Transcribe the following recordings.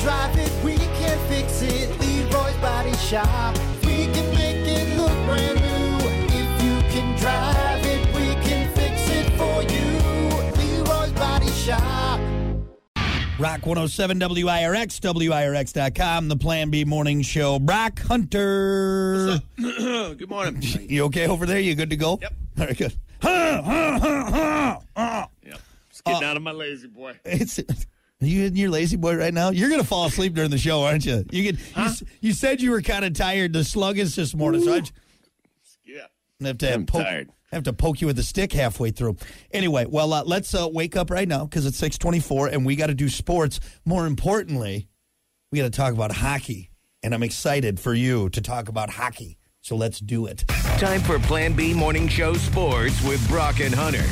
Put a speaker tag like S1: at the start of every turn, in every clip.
S1: drive it, we can fix it. Leroy's Body Shop. We can make it look brand new. If you can drive it, we can fix it for you. Leroy's Body Shop.
S2: Rock 107 WIRX, WIRX.com, the Plan B morning show. Brock Hunter.
S3: Oh, Good morning.
S2: You okay over there? You good to go? Yep. All right, good. Huh, huh, huh, huh, huh.
S3: yeah. Just getting out of my lazy boy.
S2: It's, are you in your lazy boy right now? You're going to fall asleep during the show, aren't you? You, get, you s you, said you were kind of tired, the sluggish this morning, so I j-
S3: Yeah.
S2: have to
S3: I'm
S2: poke,
S3: tired.
S2: have to poke you with a stick halfway through. Anyway, well, uh, let's uh, wake up right now because it's 624 and we got to do sports. More importantly, we got to talk about hockey, and I'm excited for you to talk about hockey. So let's do it.
S4: Time for Plan B Morning Show Sports with Brock and Hunter.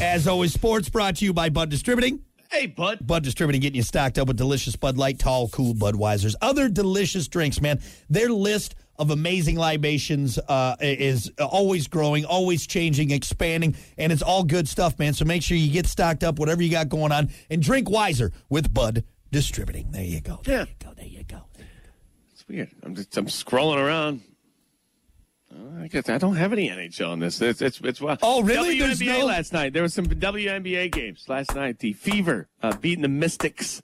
S2: As always, sports brought to you by Bud Distributing.
S3: Hey, bud.
S2: Bud Distributing getting you stocked up with delicious Bud Light, tall, cool Budweisers, other delicious drinks, man. Their list of amazing libations uh, is always growing, always changing, expanding, and it's all good stuff, man. So make sure you get stocked up, whatever you got going on, and drink wiser with Bud Distributing. There you go. There
S3: Yeah.
S2: you go. There you go.
S3: It's weird. I'm just I'm scrolling around. Uh, I guess I don't have any NHL in this. It's it's, it's wild.
S2: Oh, really? There's
S3: WNBA
S2: no-
S3: last night. There was some WNBA games last night. The Fever uh, beating the Mystics,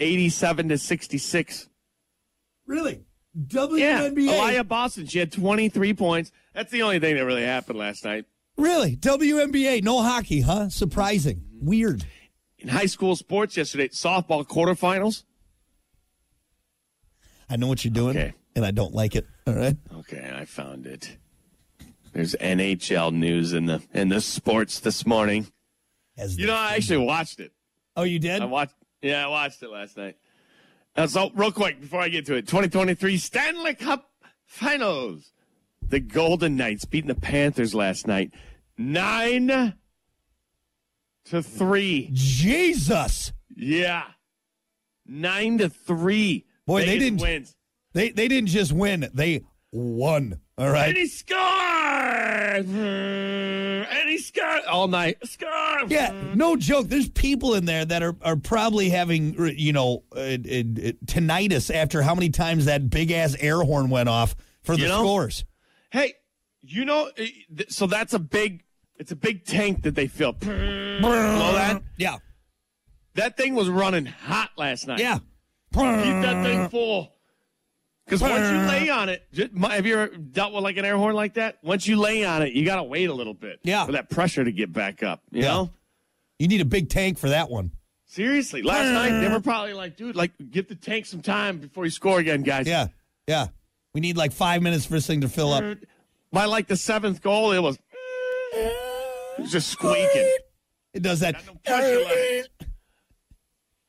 S3: eighty-seven to sixty-six.
S2: Really? Oh,
S3: Yeah, Elia Boston. She had twenty-three points. That's the only thing that really happened last night.
S2: Really? WNBA. No hockey, huh? Surprising. Weird.
S3: In high school sports yesterday, softball quarterfinals.
S2: I know what you're doing,
S3: Okay.
S2: and I don't like it. All right.
S3: Okay, I found it. There's NHL news in the in the sports this morning.
S2: As
S3: You
S2: the-
S3: know, I actually watched it.
S2: oh, you did?
S3: I watched. Yeah, I watched it last night. Uh, so, real quick before I get to it, 2023 Stanley Cup Finals. The Golden Knights beating the Panthers last night, nine to three.
S2: Jesus.
S3: Yeah, nine to three.
S2: Boy, they
S3: Vegas
S2: didn't-
S3: wins.
S2: They they didn't just win, they won. All
S3: And
S2: right.
S3: he scored. And he scored all night. Scored.
S2: Yeah, no joke. There's people in there that are, are probably having, r- you know, uh, uh, uh, tinnitus after how many times that big ass air horn went off for the
S3: You know?
S2: scores.
S3: Hey, you know, eh, th- so that's a big. It's a big tank that they fill. That that?
S2: Yeah.
S3: thing was running hot last night.
S2: Yeah.
S3: Keep that thing full. Because once you lay on it, ju- my- have you ever dealt with like an air horn like that? Once you lay on it, you got to wait a little bit
S2: Yeah.
S3: for that pressure to get back up. You
S2: Yeah.
S3: know?
S2: You need a big tank for that one.
S3: Seriously, last night they were probably like, dude, like give the tank some time before you score again, guys.
S2: Yeah. Yeah. We need like five minutes for this thing to fill up.
S3: By like the seventh goal, it was, it was just squeaking.
S2: It does that.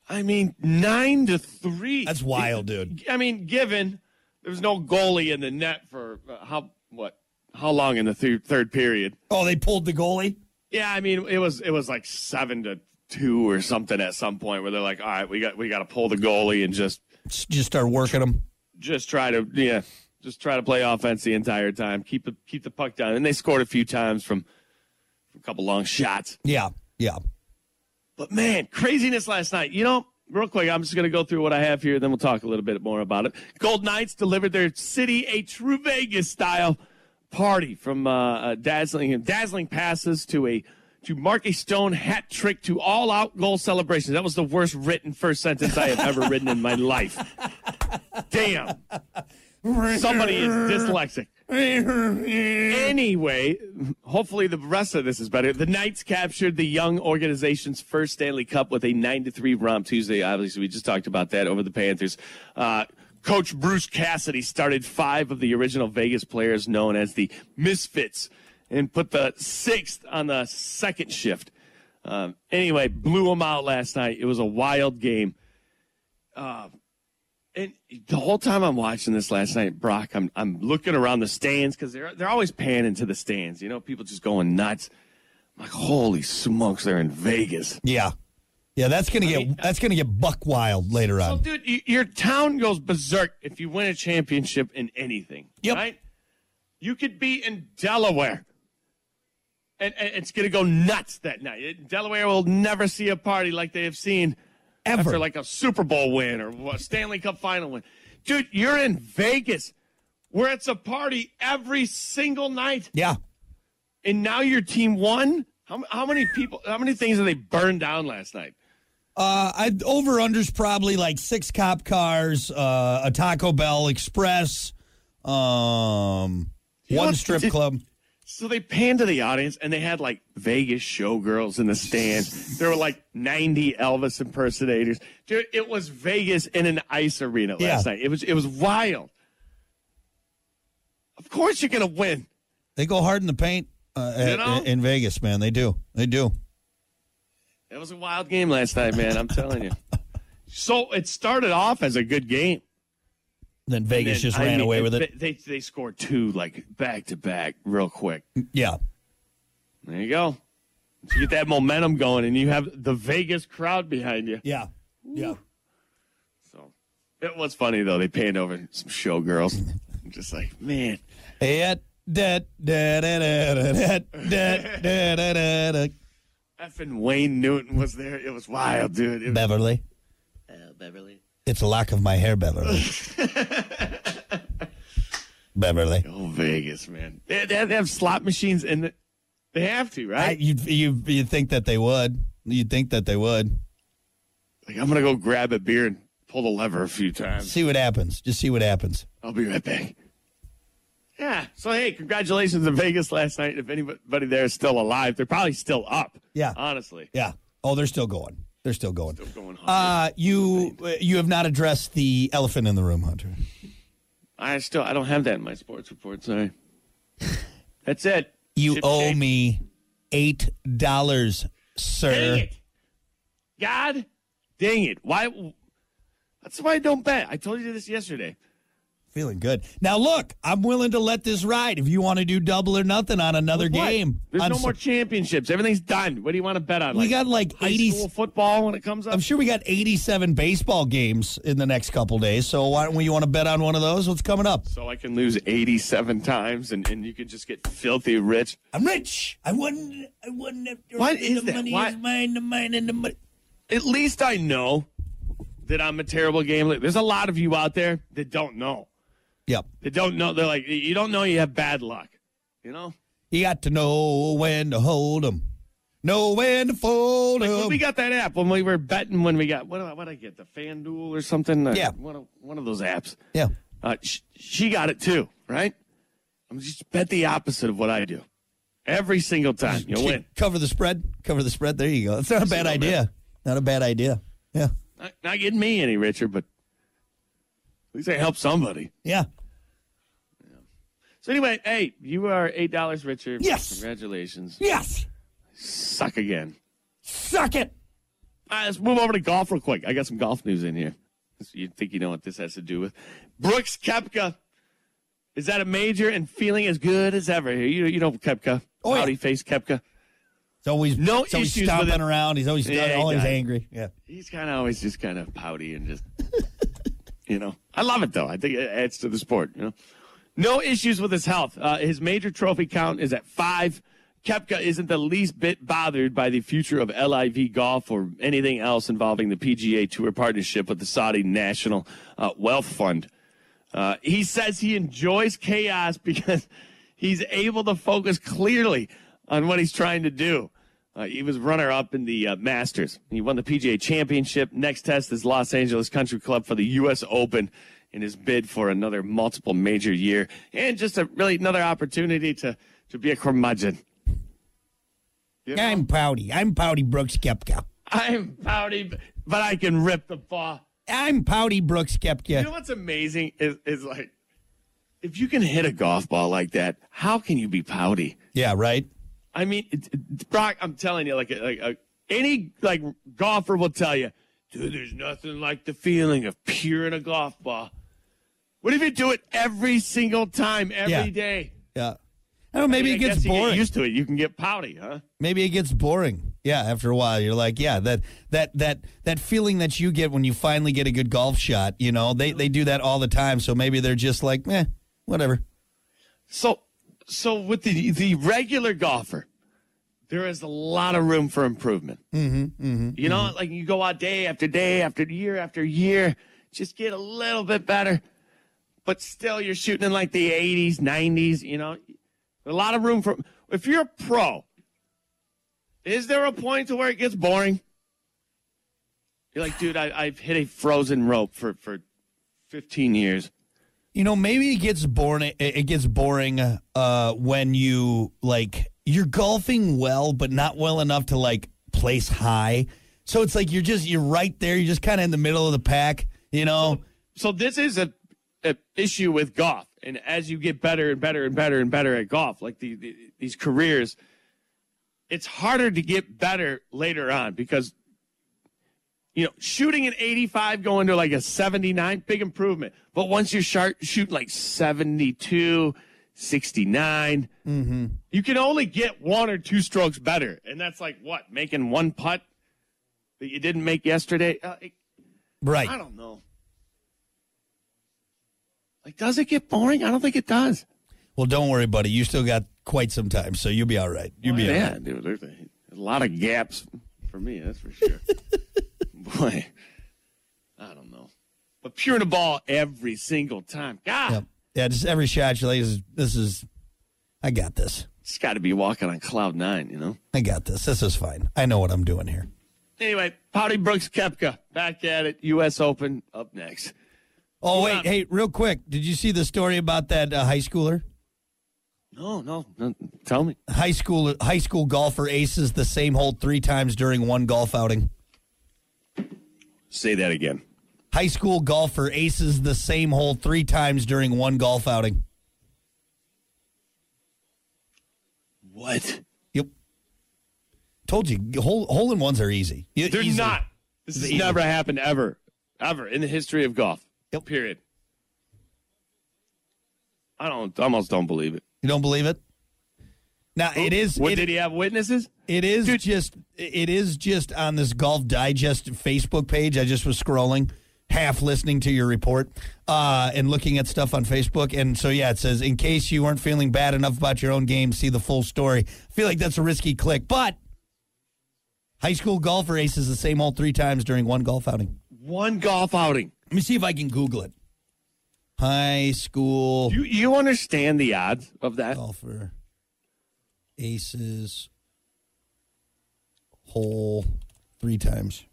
S3: I mean, nine to three.
S2: That's wild, dude.
S3: I mean, given there was no goalie in the net for uh, how what how long in the th- third period?
S2: Oh, they pulled the goalie?
S3: Yeah, I mean, it was it was like seven to two or something at some point where they're like, all right, we got we got to pull the goalie and just
S2: S- Just start working them.
S3: just try to yeah, just try to play offense the entire time. Keep the keep the puck down, and they scored a few times from, from a couple long shots.
S2: Yeah. Yeah.
S3: But man, craziness last night. You know, real quick, I'm just going to go through what I have here, then we'll talk a little bit more about it. Gold Knights delivered their city a true Vegas style party from uh, uh, dazzling dazzling passes to a to Mark A. Stone hat trick to all out goal celebrations. That was the worst written first sentence I have ever written in my life. Damn, somebody is dyslexic. Anyway, hopefully the rest of this is better. The Knights captured the young organization's first Stanley Cup with a 9 to 3 romp Tuesday. Obviously, we just talked about that over the Panthers. Uh, Coach Bruce Cassidy started five of the original Vegas players known as the Misfits and put the sixth on the second shift. Um, anyway, blew them out last night. It was a wild game. And the whole time I'm watching this last night, Brock, I'm I'm looking around the stands because they're they're always panning to the stands. You know, people just going nuts. I'm like, holy smokes, they're in Vegas.
S2: Yeah. Yeah, that's gonna get that's gonna get buck wild later
S3: Well,
S2: on.
S3: dude, y- your town goes berserk if you win a championship in anything.
S2: Yep.
S3: Right? You could be in Delaware. And, and it's going to go nuts that night. It- Delaware will never see a party like they have seen
S2: Ever.
S3: after like a Super Bowl win or a Stanley Cup final win. Dude, you're in Vegas where it's a party every single night,
S2: yeah.
S3: and now your team won. How, how many people? How many things did they burn down last night?
S2: Uh, I over unders probably like six cop cars, uh, a Taco Bell Express, um,
S3: know
S2: one
S3: what-
S2: strip
S3: it-
S2: club.
S3: So they panned to the audience and they had like Vegas showgirls in the stand. There were like 90 Elvis impersonators. Dude, it was Vegas in an ice arena
S2: Yeah.
S3: last night. It was it was wild. Of course you're gonna win.
S2: They go hard in the paint uh, at-
S3: know?
S2: in Vegas, man. They do. They do.
S3: It was a wild game last night, man. I'm telling you. So it started off as a good game.
S2: Then Vegas
S3: Then,
S2: just
S3: I
S2: ran
S3: mean,
S2: away with it.
S3: They they scored two like back to back real quick.
S2: Yeah.
S3: There you go. You get that momentum going and you have the Vegas crowd behind you.
S2: Yeah. Yeah.
S3: So it was funny though. They panned over some showgirls. I'm just like, man,
S2: Yeah. Da, da, da, da, da, da, da, da, da, da, da.
S3: effing Wayne Newton was there. It was wild, dude. It-
S2: Beverly.
S5: Beverly.
S2: It's a lock of my hair, Beverly. Beverly.
S3: oh, Vegas, man. They, they have- they have slot machines and the, they have to,
S2: I,
S3: right?
S2: you you you think that they would? You'd think that they would.
S3: like, I'm gonna go grab a beer and pull the lever a few times.
S2: See what happens. Just see what happens.
S3: I'll be right back. Yeah. So hey, congratulations to Vegas last night. If anybody there is still alive, they're probably still up.
S2: Yeah.
S3: Honestly.
S2: Uh, Yeah. Oh, they're still going. They're still going.
S3: Still going on.
S2: Uh, you you have not addressed the elephant in the room, Hunter.
S3: I still I don't have that in my sports report. Sorry. That's it.
S2: You
S3: Chip
S2: owe
S3: shape.
S2: me eight dollars, sir.
S3: Dang it. God dang it. Why? That's why I don't bet. I told you this yesterday.
S2: Feeling good now. Look, I'm willing to let this ride if you want to do double or nothing on another
S3: What?
S2: game.
S3: There's
S2: on
S3: no
S2: Sa-
S3: more championships. Everything's done. What do you want to bet on?
S2: We got like
S3: high
S2: 80
S3: school football when it comes up.
S2: I'm sure we got 87 baseball games in the next couple days. So why don't we? You want to bet on one of those? What's coming up?
S3: so I can lose 87 times and, and you can just get filthy rich.
S2: I'm rich. I won. I won after
S3: What is that? Why-
S2: mine, the mine, and the money.
S3: At least I know that I'm a terrible gambler. There's a lot of you out there that don't know.
S2: Yep.
S3: That don't know. They're like, you don't know you have bad luck. You know?
S2: You got to know when to hold 'em, know when to fold 'em.
S3: Like, when we got that app when we were betting when we got what did I, what did I get the FanDuel or something Uh,
S2: Yeah.
S3: one of one of those apps
S2: yeah.
S3: uh, sh- she got it too right I'm just bet the opposite of what I do every single time you'll win
S2: Cover the spread. Cover the spread. There you go. It's not a bad
S3: no, man.
S2: idea. Not a bad idea. Yeah.
S3: not, not getting me any richer but at least I help somebody
S2: Yeah.
S3: so anyway hey you are eight dollars richer
S2: Yes.
S3: congratulations
S2: Yes.
S3: suck again
S2: Suck it.
S3: All right, let's move over to golf real quick. I got some golf news in here. You think you know what this has to do with? Brooks Kepka is at a major and feeling as good as ever. You you know Kepka,
S2: Oh, yeah.
S3: howdy face Kepka.
S2: It's always
S3: No
S2: It's always
S3: issues with
S2: stomping
S3: it.
S2: around. He's always
S3: Yeah, he
S2: always
S3: does.
S2: angry. Yeah.
S3: He's kind of always just kind of pouty and just you know. I love it though. I think it adds to the sport. You know, no issues with his health. Uh, his major trophy count is at five. Kepka isn't the least bit bothered by the future of LIV golf or anything else involving the PGA Tour partnership with the Saudi National uh, Wealth Fund. Uh, he says he enjoys chaos because he's able to focus clearly on what he's trying to do. Uh, he was runner up in the uh, Masters. He won the PGA Championship. Next test is Los Angeles Country Club for the U.S. Open in his bid for another multiple major year and just a really another opportunity to, to be a curmudgeon.
S2: I'm pouty. I'm pouty Brooks Kepka.
S3: I'm pouty, but I can rip the ball.
S2: I'm pouty Brooks Kepka.
S3: You know what's amazing is, is like, if you can hit a golf ball like that, how can you be pouty?
S2: yeah. Right.
S3: I mean, it, it- Brock, I'm telling you, like, like uh, any like golfer will tell you, dude, there's nothing like the feeling of pure in a golf ball. What if you do it every single time, every day?
S2: Yeah. Yeah. I don't know. Maybe
S3: I
S2: it gets
S3: guess you get
S2: boring.
S3: used to it. You can get pouty, huh?
S2: maybe it gets boring. Yeah, after a while, you're like, yeah, that that that that feeling that you get when you finally get a good golf shot. You know, they they do that all the time. So maybe they're just like, eh, whatever.
S3: So, so with the the regular golfer, there is a lot of room for improvement. Mm-hmm, you know, like you go out day after day after year after year, just get a little bit better, but still you're shooting in like the 80s, 90s. You know, a lot of room for. If you're a pro, is there a point to where it gets boring? You're like, dude, I, I've hit a frozen rope for for 15 years.
S2: You know, maybe it gets boring. It gets boring uh, when you like you're golfing well, but not well enough to like place high. So it's like you're just you're right there. You're just kind of in the middle of the pack. You know,
S3: so this is a, a issue with golf and as you get better and better and better and better at golf like the, the, these careers it's harder to get better later on because you know shooting an 85 going to like a 79 big improvement but once you start shooting like 72 69 you can only get one or two strokes better and that's like what making one putt that you didn't make yesterday uh, it,
S2: right?
S3: I don't know. Like, does it get boring? I don't think it does.
S2: Well, don't worry, buddy. You still got quite some time, so you'll be all right. You'll be all right.
S3: yeah, dude. There's a, a lot of gaps for me. That's for sure. Boy, I don't know. But pure the ball every single time. God,
S2: Yep. Yeah, just every shot you lay is this is. I got this.
S3: it's got to be walking on cloud nine, you know.
S2: I got this. This is fine. I know what I'm doing here.
S3: Anyway, Pouty Brooks Kepka back at it. U.S. Open up next.
S2: Oh
S3: Yeah.
S2: wait, hey, real quick, did you see the story about that uh, high schooler?
S3: No, no, no. Tell me.
S2: High school high school golfer aces the same hole three times during one golf outing.
S3: Say that again.
S2: High school golfer aces the same hole three times during one golf outing.
S3: What?
S2: Yep. Told you, hole hole in ones are easy. E-
S3: They're
S2: easy.
S3: not. This has never happened ever, ever in the history of golf.
S2: Yep.
S3: Period. I don't. Almost don't believe it.
S2: You don't believe it? Now it is.
S3: What
S2: it-
S3: did he have witnesses?
S2: It is
S3: Dude.
S2: just it is just on this Golf Digest Facebook page. I just was scrolling, half listening to your report uh, and looking at stuff on Facebook. And so yeah, it says in case you weren't feeling bad enough about your own game, see the full story. I feel like that's a risky click, but high school golfer aces the same hole three times during one golf outing.
S3: One golf outing.
S2: Let me see if I can Google it. High school
S3: You you understand the odds of that?
S2: golfer aces hole three times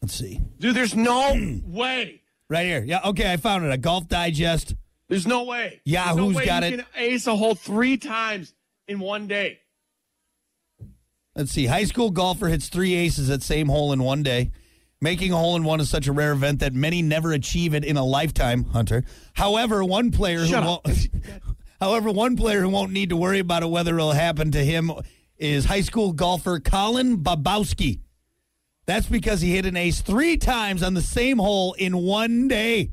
S2: let's see
S3: Dude, there's no way.
S2: right here yeah okay i found it a golf digest
S3: There's no way.
S2: Yahoo's
S3: There's no way
S2: got
S3: you
S2: it.
S3: Can ace a hole three times in one day.
S2: let's see high school golfer hits three aces at same hole in one day making a hole in one is such a rare event that many never achieve it in a lifetime hunter however one player
S3: Shut
S2: who
S3: up.
S2: won't however one player who won't need to worry about it whether it'll happen to him is high school golfer colin babowski That's because he hit an ace three times on the same hole in one day.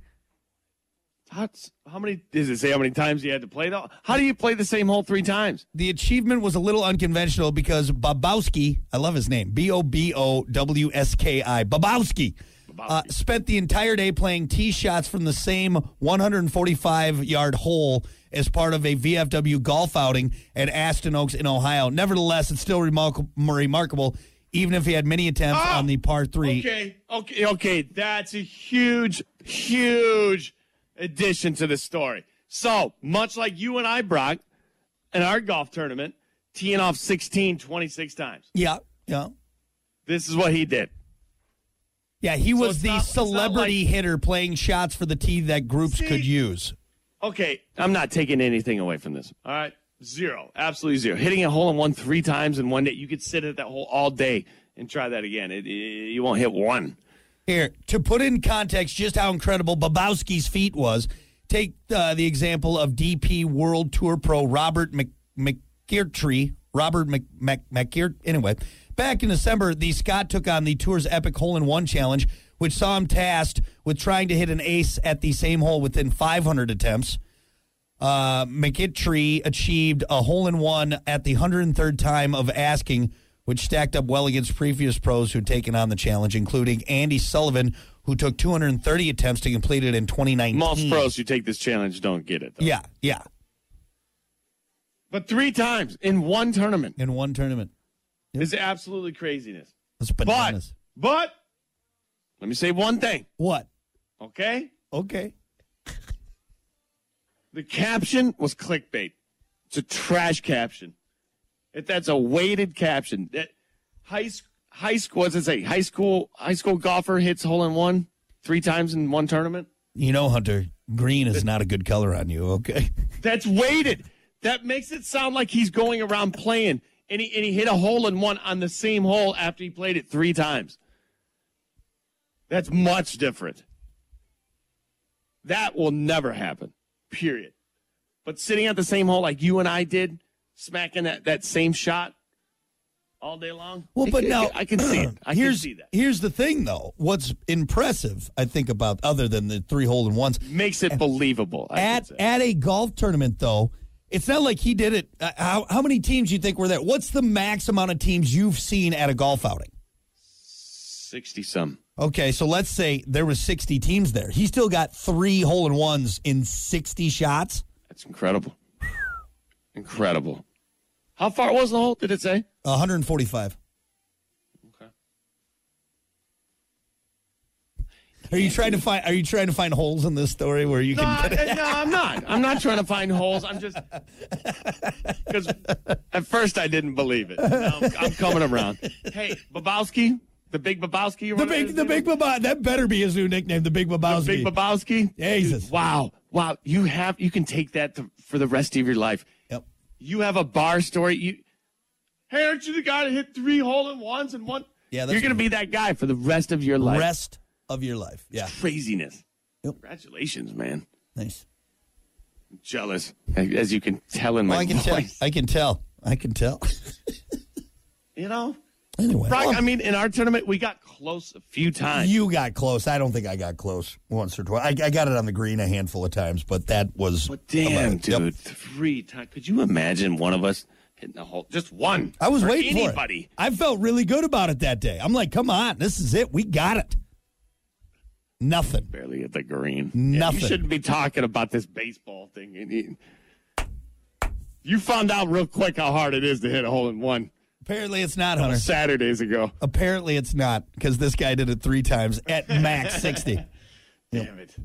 S3: That's, how many? Does it say how many times you had to play? Though, how do you play the same hole three times?
S2: The achievement was a little unconventional because Babowski, I love his name, B O B O W S K I, Babowski, uh, spent the entire day playing tee shots from the same 145 yard hole as part of a VFW golf outing at Aston Oaks in Ohio. Nevertheless, it's still remark- remarkable, even if he had many attempts
S3: Ah,
S2: on the par three.
S3: Okay, okay, okay. That's a huge, huge addition to the story. So, much like you and I, Brock, in our golf tournament, teeing off 16 26 times.
S2: Yeah, yeah.
S3: This is what he did.
S2: Yeah, he was
S3: it's
S2: the
S3: not- it's not
S2: celebrity
S3: like-
S2: hitter playing shots for the tee that groups
S3: See?
S2: could use.
S3: Okay, I'm not taking anything away from this. All right, zero, absolutely zero. Hitting a hole in one three times in one day, you could sit at that hole all day and try that again. It, it- you won't hit one.
S2: Here, to put in context just how incredible Babowski's feat was, take uh, the example of DP World Tour pro Robert Mc- McGeertree. Robert Mc- Mc- McGeert. Anyway, back in December, the Scot took on the tour's epic hole in one challenge, which saw him tasked with trying to hit an ace at the same hole within 500 attempts. Uh, McGittree achieved a hole in one at the 103rd time of asking, which stacked up well against previous pros who'd taken on the challenge, including Andy Sullivan, who took 230 attempts to complete it in 2019.
S3: Most pros who take this challenge don't get it. Though.
S2: Yeah, yeah.
S3: But three times in one tournament
S2: in one tournament.
S3: is absolutely craziness.
S2: That's
S3: But,
S2: bananas.
S3: but, let me say one thing,
S2: what?
S3: okay?
S2: Okay.
S3: The caption was clickbait. It's a trash caption. If that's a weighted caption, that high s- high school, what's it say? High school high school golfer hits hole in one three times in one tournament.
S2: You know, Hunter, green is not a good color on you, okay?
S3: That's weighted. That makes it sound like he's going around playing, and he and he hit a hole in one on the same hole after he played it three times. That's much different. That will never happen. Period. But sitting at the same hole like you and I did, smacking that, that same shot all day long.
S2: Well,
S3: I
S2: but
S3: can-
S2: now
S3: I can see it. I can
S2: here's,
S3: see that.
S2: Here's the thing, though. What's impressive, I think, about other than the three hole in ones,
S3: Makes it believable. I should
S2: at
S3: say.
S2: at a golf tournament though it's not like he did it uh, how, how many teams you think were there what's the max amount of teams you've seen at a golf outing
S3: sixty some.
S2: okay so let's say there was 60 teams there he still got three hole-in-ones in 60 shots
S3: That's incredible. incredible. How far was the hole? Did it say?
S2: 145
S3: Okay.
S2: are you trying to find are you trying to find holes in this story where you
S3: No,
S2: can
S3: I- no, eh, I'm not. I'm not trying to find holes. I'm just because at first I didn't believe it. Now I'm, I'm coming around. Hey, Babowski, the big Babowski. or
S2: the
S3: whatever
S2: big
S3: his
S2: the
S3: name
S2: big
S3: is?
S2: Baba, that better be his new nickname the big Babowski.
S3: big Babowski.
S2: Jesus.
S3: Dude, wow, wow. You have you can take that to, for the rest of your life.
S2: yep
S3: You have a bar story. You, hey, aren't you the guy that hit three hole in ones and one?
S2: Yeah, that's
S3: you're gonna
S2: me.
S3: be that guy for the rest of your life.
S2: rest of your life yeah
S3: Craziness.
S2: Yep.
S3: Congratulations, man.
S2: nice
S3: I'm jealous, as you can tell in my
S2: well, i can tell
S3: voice.
S2: i can tell i can tell
S3: You know,
S2: anyway
S3: Brock,
S2: well-
S3: I mean, in our tournament, we got close a few times.
S2: Oh. You got close. I don't think I got close once or twice. I, I got it on the green a handful of times, but that was.
S3: but damn,
S2: about it. Yep.
S3: dude, three times. Could you imagine one of us hitting a hole? Just one.
S2: I was
S3: Or
S2: waiting
S3: anybody.
S2: for it. I felt really good about it that day. I'm like, come on, this is it. We got it. Nothing.
S3: Barely at the green.
S2: Nothing.
S3: you shouldn't be talking about this baseball thing. You need- You found out real quick how hard it is to hit a hole in one
S2: Apparently, it's not, Hunter.
S3: Saturdays ago.
S2: Apparently, it's not because this guy did it three times at max 60.
S3: Damn it.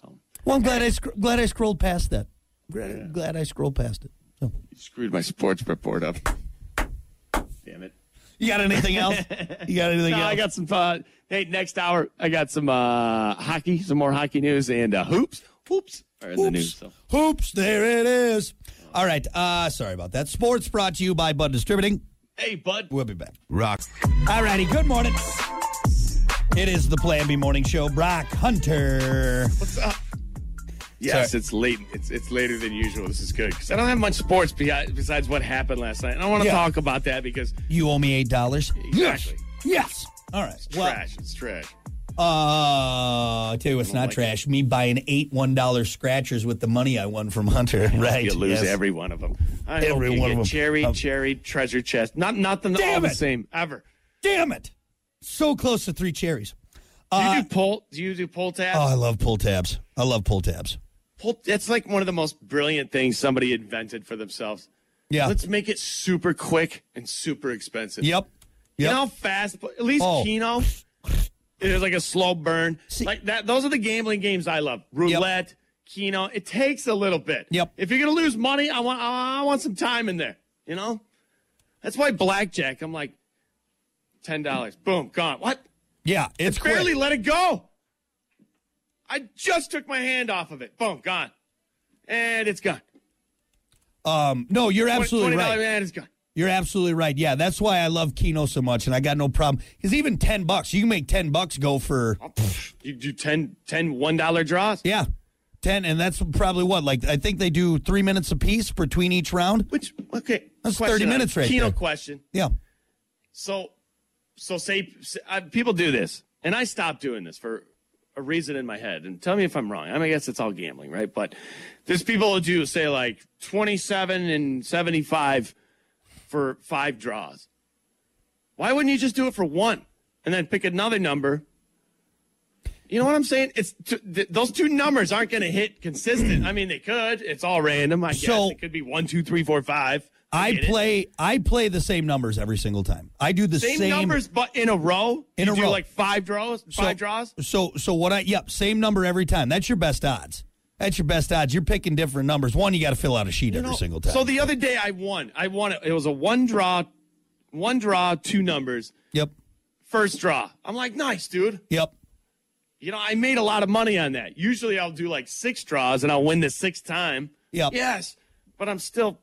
S3: So,
S2: Well, I'm glad I, sc- glad I scrolled past that. Glad, glad I scrolled past it. So.
S3: you screwed my sports report up. Damn it.
S2: You got anything else? You got anything
S3: No,
S2: else?
S3: I got some. Uh, hey, next hour I got some uh, hockey, some more hockey news, and uh, hoops, hoops are in the news. So.
S2: Hoops, there it is. All right. Uh, sorry about that. Sports brought to you by Bud Distributing.
S3: Hey, bud.
S2: We'll be back.
S4: Rock.
S2: All righty. Good morning. It is the Plan B Morning Show. Brock Hunter.
S3: Yes, it's late. It's it's later than usual. This is good because I don't have much sports be- besides what happened last night. And I want to
S2: Yeah.
S3: talk about that because
S2: You owe me eight dollars.
S3: exactly
S2: Yes. All right. Well,
S3: trash. Oh It's trash.
S2: uh, I tell you, what's not
S3: like
S2: trash. Me buying eight one dollar scratchers with the money I won from Hunter. Right.
S3: You lose
S2: yes.
S3: every one of them. I hope
S2: Every
S3: you
S2: one
S3: get
S2: of 'em.
S3: Cherry,
S2: Um,
S3: cherry, treasure chest. Not nothing all
S2: Damn
S3: the
S2: it.
S3: same ever.
S2: Damn it! So close to three cherries.
S3: Do
S2: Uh,
S3: you do pull? Do you do pull tabs?
S2: Oh, I love pull tabs. I love pull tabs.
S3: pull, that's like one of the most brilliant things somebody invented for themselves.
S2: Yeah.
S3: Let's make it super quick and super expensive.
S2: Yep.
S3: You
S2: Yep.
S3: know how fast, but at least
S2: Oh.
S3: Keno, it is like a slow burn.
S2: See-
S3: like that. Those are the gambling games I love. Roulette, Keno. It takes a little bit.
S2: Yep.
S3: If you're gonna lose money, I want I want some time in there. You know, that's why blackjack. I'm like, ten dollars. Boom, gone. What?
S2: Yeah. It's quick.
S3: barely let it go. I just took my hand off of it. Boom, gone. And it's gone.
S2: Um, no, you're absolutely
S3: $20,
S2: right.
S3: And it's gone.
S2: You're absolutely right. Yeah, that's why I love Keno so much, and I got no problem. Because even ten bucks, you can make ten bucks go for
S3: Oh, pff, You do 10, 10 $1 draws,
S2: yeah, ten, and that's probably what. Like I think they do three minutes apiece between each round.
S3: which, okay.
S2: That's 30 minutes right
S3: Keno
S2: there.
S3: question.
S2: Yeah,
S3: So, so say, say uh, people do this, and I stopped doing this for a reason in my head. And tell me if I'm wrong. I mean, I guess it's all gambling, right? But there's people who do say like 27 and 75 for five draws. Why wouldn't you just do it for one and then pick another number You know what I'm saying? It's t- th- those two numbers aren't going to hit consistent. I mean, they could. It's all random. I
S2: So-
S3: guess it could be one, two, three, four, five.
S2: I
S3: get it.
S2: play I play the same numbers every single time. I do the
S3: same,
S2: same,
S3: numbers, but in a row.
S2: In
S3: you
S2: a
S3: do
S2: row.
S3: like five draws, five draws.
S2: So so what I yep, same number every time. That's your best odds. That's your best odds. You're picking different numbers. One, you got to fill out a sheet every
S3: No.
S2: single time.
S3: So the other day, I won. I won. It It was a one draw, one draw, two numbers.
S2: yep,
S3: First draw. I'm like, nice, dude.
S2: yep.
S3: You know, I made a lot of money on that. Usually, I'll do like six draws and I'll win the sixth time.
S2: Yep.
S3: Yes, but I'm still,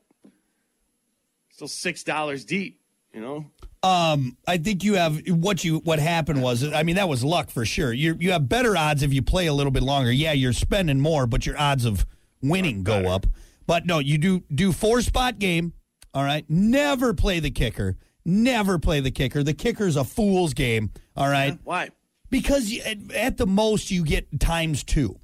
S3: still six dollars deep. You know.
S2: I think you have what you what happened was I mean that was luck for sure. You you have better odds if you play a little bit longer. Yeah, you're spending more, but your odds of winning go up. But no, you do do four spot game. All right, never play the kicker. Never play the kicker. The kicker's a fool's game. All right,
S3: Why?
S2: because you, at, at the most you get times two.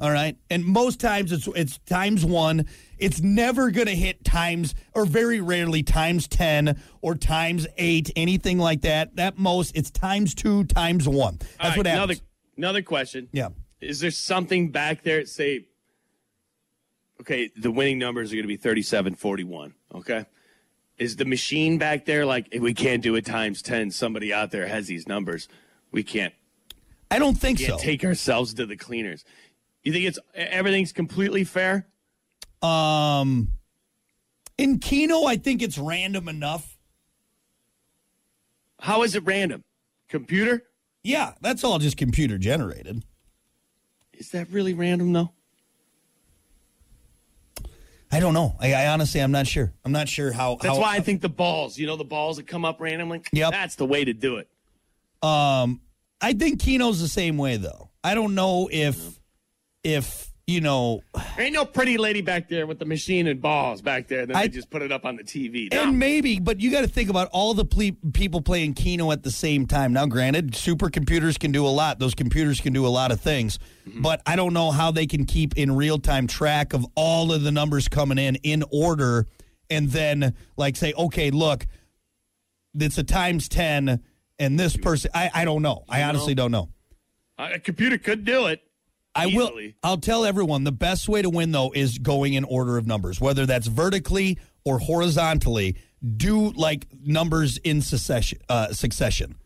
S2: All right, and most times it's it's times one. It's never going to hit times, or very rarely times ten or times eight, anything like that. At most, it's times two, times one. That's
S3: All right,
S2: what happens.
S3: Another, another question.
S2: yeah,
S3: Is there something back there that say, okay, the winning numbers are going to be 37, 41, okay? Is the machine back there like, "Hey, we can't do it times 10. Somebody out there has these numbers. We can't,
S2: I don't think so.
S3: can't take ourselves to the cleaners. You think it's e-, everything's completely fair?
S2: um, in Keno, I think it's random enough.
S3: How is it random? Computer?
S2: Yeah, that's all just computer generated.
S3: Is that really random though?
S2: I don't know. I, I honestly, I'm not sure. I'm not sure how.
S3: That's
S2: how,
S3: why I think the balls, you know, the balls that come up randomly.
S2: Yep.
S3: That's the way to do it.
S2: I think Keno's the same way though. I don't know if if you know
S3: There ain't no pretty lady back there with the machine and balls back there. Then
S2: I-
S3: they just put it up on the TV. No.
S2: and maybe, but you got to think about all the ple- people playing Keno at the same time. Now, granted, supercomputers can do a lot. Those computers can do a lot of things, but I don't know how they can keep in real time track of all of the numbers coming in in order, and then like say, okay, look, it's a times ten, and this person. I I don't know. I honestly don't know.
S3: Uh, a computer could do it.
S2: I
S3: Easily.
S2: will. I'll tell everyone the best way to win though is going in order of numbers, whether that's vertically or horizontally. Do like numbers in succession. Uh, succession.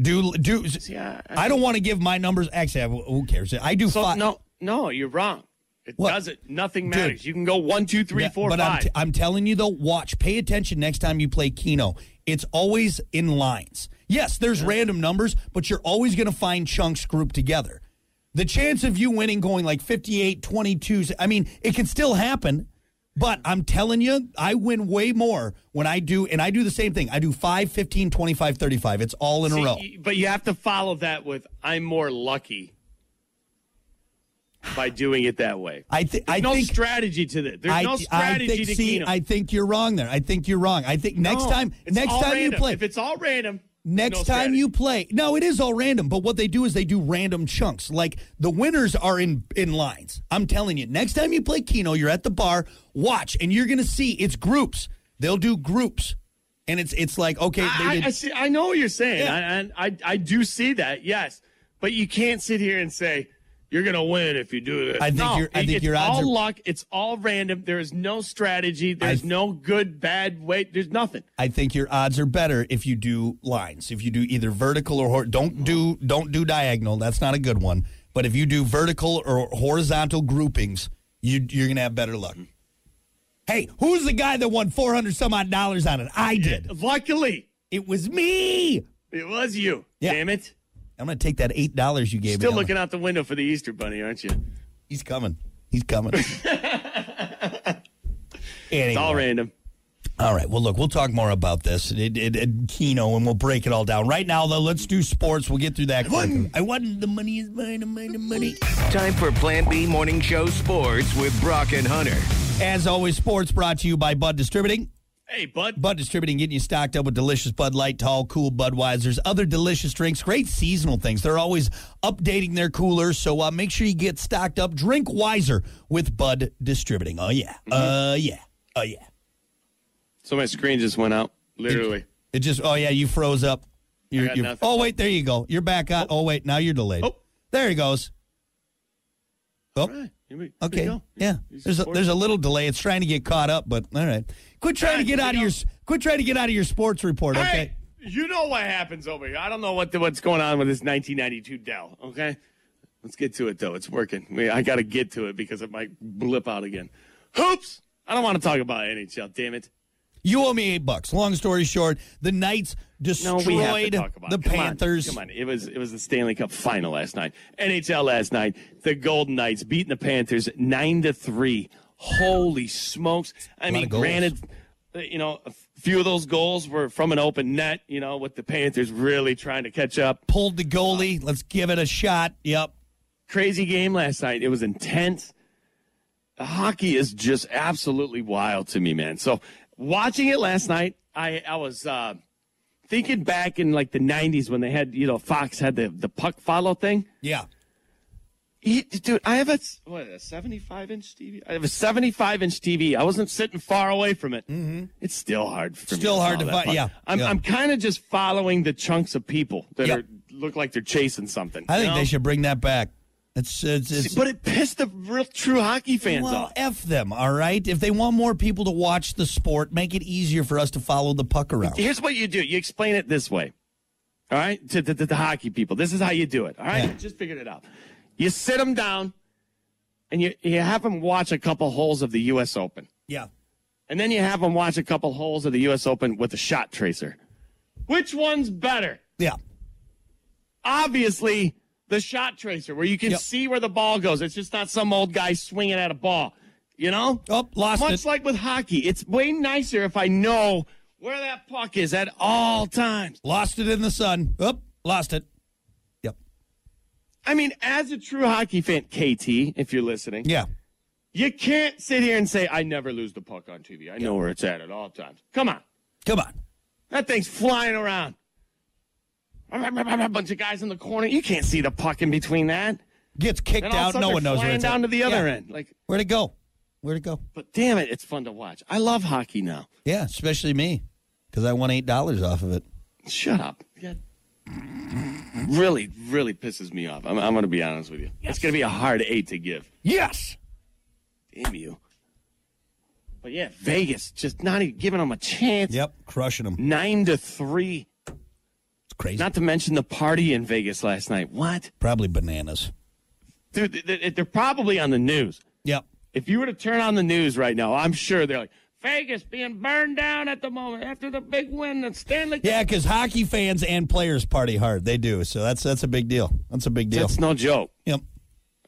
S2: Do do.
S3: I-
S2: I, don't want to give my numbers. Actually, I, who cares? I do
S3: So
S2: five.
S3: no, no, you're wrong. It
S2: What?
S3: doesn't. Nothing
S2: Dude.
S3: matters. You can go one, two, three,
S2: Yeah,
S3: four,
S2: but I'm,
S3: five.
S2: t- I'm telling you though, watch, pay attention next time you play Keno. It's always in lines. Yes, there's random numbers, but you're always going to find chunks grouped together. The chance of you winning going like 58, 22, I mean, it can still happen, but I'm telling you, I win way more when I do, and I do the same thing. I do 5, 15, 25, 35. It's all in a row.
S3: See, y- But you have to follow that with "I'm more lucky" by doing it that way.
S2: I, th- I
S3: no
S2: think.
S3: strategy to this. There's
S2: I,
S3: no
S2: th- I
S3: strategy
S2: think
S3: to
S2: see,
S3: Keno.
S2: I think you're wrong there. I think you're wrong. I think next
S3: No,
S2: time
S3: it's
S2: next
S3: all
S2: time you
S3: random.
S2: play
S3: if it's all random,
S2: Next time
S3: no strategy.
S2: you play, no, it is all random. But what they do is they do random chunks. Like the winners are in in lines. I'm telling you, next time you play Keno, you're at the bar. Watch, and you're gonna see it's groups. They'll do groups, and it's it's like okay, they
S3: I,
S2: did,
S3: I see. I know what you're saying,
S2: Yeah.
S3: I- and I, I, do see that. Yes, but you can't sit here and say you're going to win if you do this.
S2: I think
S3: no,
S2: your- I
S3: it-
S2: think
S3: it's
S2: your odds
S3: all
S2: are-
S3: luck. It's all random. There is no strategy. There's
S2: I-
S3: no good, bad way. There's nothing.
S2: I think your odds are better if you do lines. If you do either vertical or hor- don't do don't do diagonal. That's not a good one. But if you do vertical or horizontal groupings, you, you're gonna have better luck. Hey, who's the guy that won four hundred some odd dollars on it? I did.
S3: Luckily,
S2: It was me.
S3: it was you.
S2: Yeah.
S3: Damn it!
S2: I'm gonna take that eight dollars you gave
S3: Still
S2: me.
S3: looking out the window for the Easter Bunny, aren't you?
S2: He's coming. He's coming.
S3: It's
S2: anyway.
S3: all random.
S2: All right. Well, look, we'll talk more about this it, it, it, Keno, and we'll break it all down. Right now, though, let's do sports. We'll get through that. quick. I won. The money is mine. The money, the money.
S4: Time for Plan B Morning Show Sports with Brock and Hunter.
S2: As always, sports brought to you by Bud Distributing.
S3: Hey, bud.
S2: Bud Distributing getting you stocked up with delicious Bud Light, tall, cool Budweisers, other delicious drinks, great seasonal things. They're always updating their coolers, so uh, make sure you get stocked up. Drink wiser with Bud Distributing. Oh yeah,
S3: Mm-hmm.
S2: uh yeah, oh yeah.
S3: So my screen just went out. Literally.
S2: It just oh yeah, you froze up. You're,
S3: got
S2: you're-
S3: nothing.
S2: oh wait, there you go. You're back on. Oh wait, now you're delayed.
S3: Oh.
S2: There he goes. Oh,
S3: All right. Here we- here we
S2: okay.
S3: go.
S2: Yeah.
S3: He's
S2: There's a,
S3: supporting.
S2: there's a little delay. It's trying to get caught up, but all right. Quit trying to
S3: Alright,
S2: get
S3: here we
S2: out of your
S3: go.
S2: s- quit trying to get out of your sports report. Okay.
S3: Hey, you know what happens over here. I don't know what the, what's going on with this 1992 Dell. Okay, let's get to it though. It's working. We, I got to get to it because it might blip out again. Hoops. I don't want to talk about NHL. Damn it.
S2: You owe me eight bucks. Long story short, the Knights
S3: No,
S2: destroyed
S3: we have to talk about
S2: the
S3: it. Come on,
S2: Panthers.
S3: Come on, it was it was the Stanley Cup final last night. NHL last night. The Golden Knights beating the Panthers nine to three. Holy smokes! I
S2: lot
S3: mean,
S2: of goals.
S3: granted, uh, you know, a few of those goals were from an open net. You know, with the Panthers really trying to catch up.
S2: Pulled the goalie. Let's give it a shot. Yep.
S3: crazy game last night. It was intense. Hockey is just absolutely wild to me, man. So watching it last night, I I was uh, thinking back in like the '90s when they had you know Fox had the the puck follow thing.
S2: Yeah.
S3: He- dude, I have a s- what a 75 inch TV. I have a 75 inch TV. I wasn't sitting far away from it. Mm-hmm. It's still hard. For me
S2: Still hard to
S3: follow that
S2: fi-
S3: puck.
S2: yeah,
S3: I'm
S2: yeah.
S3: I'm kind of just following the chunks of people that
S2: Yep.
S3: are look like they're chasing something.
S2: I
S3: you
S2: think
S3: know?
S2: they should bring that back. It's it's, it's
S3: But it pissed the real true hockey fans
S2: well,
S3: off.
S2: f them. All right. If they want more people to watch the sport, make it easier for us to follow the puck around.
S3: Here's what you do. You explain it this way. All right, to the, the, the hockey people. This is how you do it. All right,
S2: Yeah.
S3: just figured it out. You sit them down, and you you have them watch a couple holes of the U.S. Open,
S2: Yeah.
S3: and then you have them watch a couple holes of the U.S. Open with a shot tracer. Which one's better?
S2: Yeah.
S3: obviously the shot tracer where you can
S2: Yep.
S3: see where the ball goes. It's just not some old guy swinging at a ball, you know?
S2: Oh, lost
S3: Much
S2: it.
S3: like with hockey, it's way nicer if I know where that puck is at all times.
S2: Lost it in the sun. Oop. Lost it. Yep.
S3: I mean, as a true hockey fan, KT, if you're listening,
S2: Yeah.
S3: you can't sit here and say, I never lose the puck on TV. I know where it's at at all times. Come on.
S2: Come on.
S3: That thing's flying around. A bunch of guys in the corner. You can't see the puck in between that.
S2: Gets kicked
S3: And all of a
S2: out.
S3: sudden
S2: No
S3: they're
S2: one knows where
S3: flying
S2: it's at.
S3: down to the other
S2: Yeah.
S3: end. Like,
S2: Where'd it go? Where'd it go?
S3: But damn it, it's fun to watch. I love hockey now.
S2: Yeah, especially me, because I won eight dollars off of it.
S3: Shut up. Yeah. Really, really pisses me off. I'm, I'm going to be honest with you. It's going to be a hard eight to give.
S2: Yes.
S3: Damn you. But yeah, Vegas just not even giving them a chance.
S2: Yep, crushing them.
S3: Nine to three.
S2: It's crazy.
S3: Not to mention the party in Vegas last night. What?
S2: Probably bananas.
S3: Dude, th- th- they're probably on the news.
S2: Yep.
S3: If you were to turn on the news right now, I'm sure they're like, Vegas being burned down at the moment after the big win that Stanley
S2: Yeah, because hockey fans and players party hard. They do. So that's that's a big deal. That's a big deal.
S3: That's no joke.
S2: yep.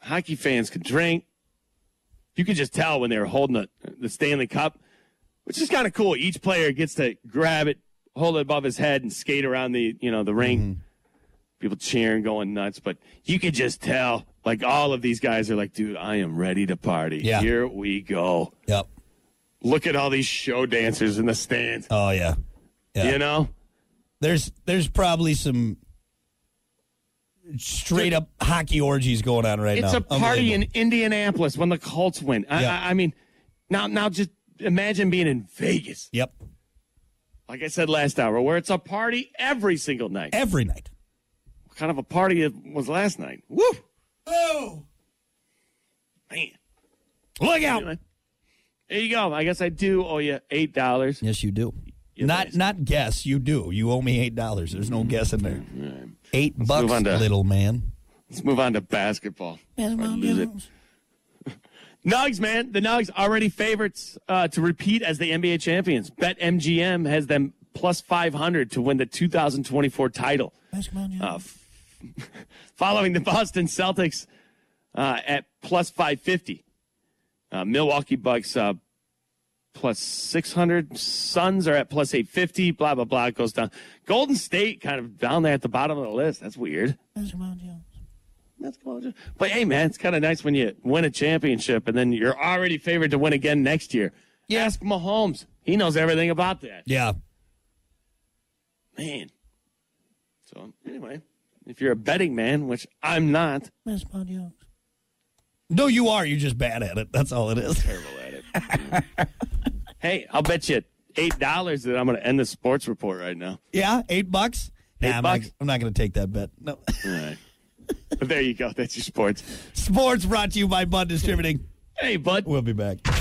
S3: hockey fans could drink. You could just tell when they were holding the, the Stanley Cup, which is kind of cool. Each player gets to grab it, hold it above his head, and skate around the you know the ring.
S2: Mm-hmm.
S3: People cheering, going nuts, but you could just tell like all of these guys are like, dude, I am ready to party.
S2: Yeah.
S3: Here we go.
S2: Yep.
S3: Look at all these show dancers in the stands.
S2: Oh yeah. Yeah.
S3: You know,
S2: There's there's probably some straight up hockey orgies going on right
S3: it's
S2: now.
S3: a party in
S2: Unbelievable.
S3: Indianapolis when the Colts win. I,
S2: Yeah.
S3: I, I mean, now now just imagine being in Vegas.
S2: Yep.
S3: like I said last hour, where it's a party every single night.
S2: Every night.
S3: What kind of a party it was last night? Woo!
S2: Oh.
S3: Man.
S2: Look out.
S3: Anyway, there you go. I guess I do owe you eight dollars.
S2: Yes, you do.
S3: You
S2: not
S3: bastard.
S2: not guess. You do. You owe me eight dollars. There's
S3: Mm-hmm.
S2: no guess in there. Eight
S3: move
S2: bucks,
S3: on to-
S2: little man.
S3: Let's move on to basketball. Before I lose it. Nugs, man. The Nugs already favorites uh, to repeat as the NBA champions. Bet MGM has them plus five hundred to win the 2024 title. Uh, f- following the Boston Celtics uh, at plus 550. Uh, Milwaukee Bucks uh, plus 600. Suns are at plus 850. Blah, blah, blah. It goes down. Golden State kind of down there at the bottom of the list. That's weird. That's cool. But hey, man, it's kind of nice when you win a championship and then you're already favored to win again next year. Ask Mahomes. He knows everything about that.
S2: Yeah.
S3: Man. So, anyway, if you're a betting man, which I'm not,
S2: No, you are. You're just bad at it. That's all it is.
S3: Hey, I'll bet you eight dollars that I'm going to end the sports report right now.
S2: Yeah, eight bucks.
S3: Eight
S2: nah, I'm
S3: bucks?
S2: Not, I'm not going to take that bet. No,
S3: All right.
S2: there you go. That's your sports.
S3: Sports brought to you by Bud Distributing.
S2: Hey, bud.
S3: We'll be back.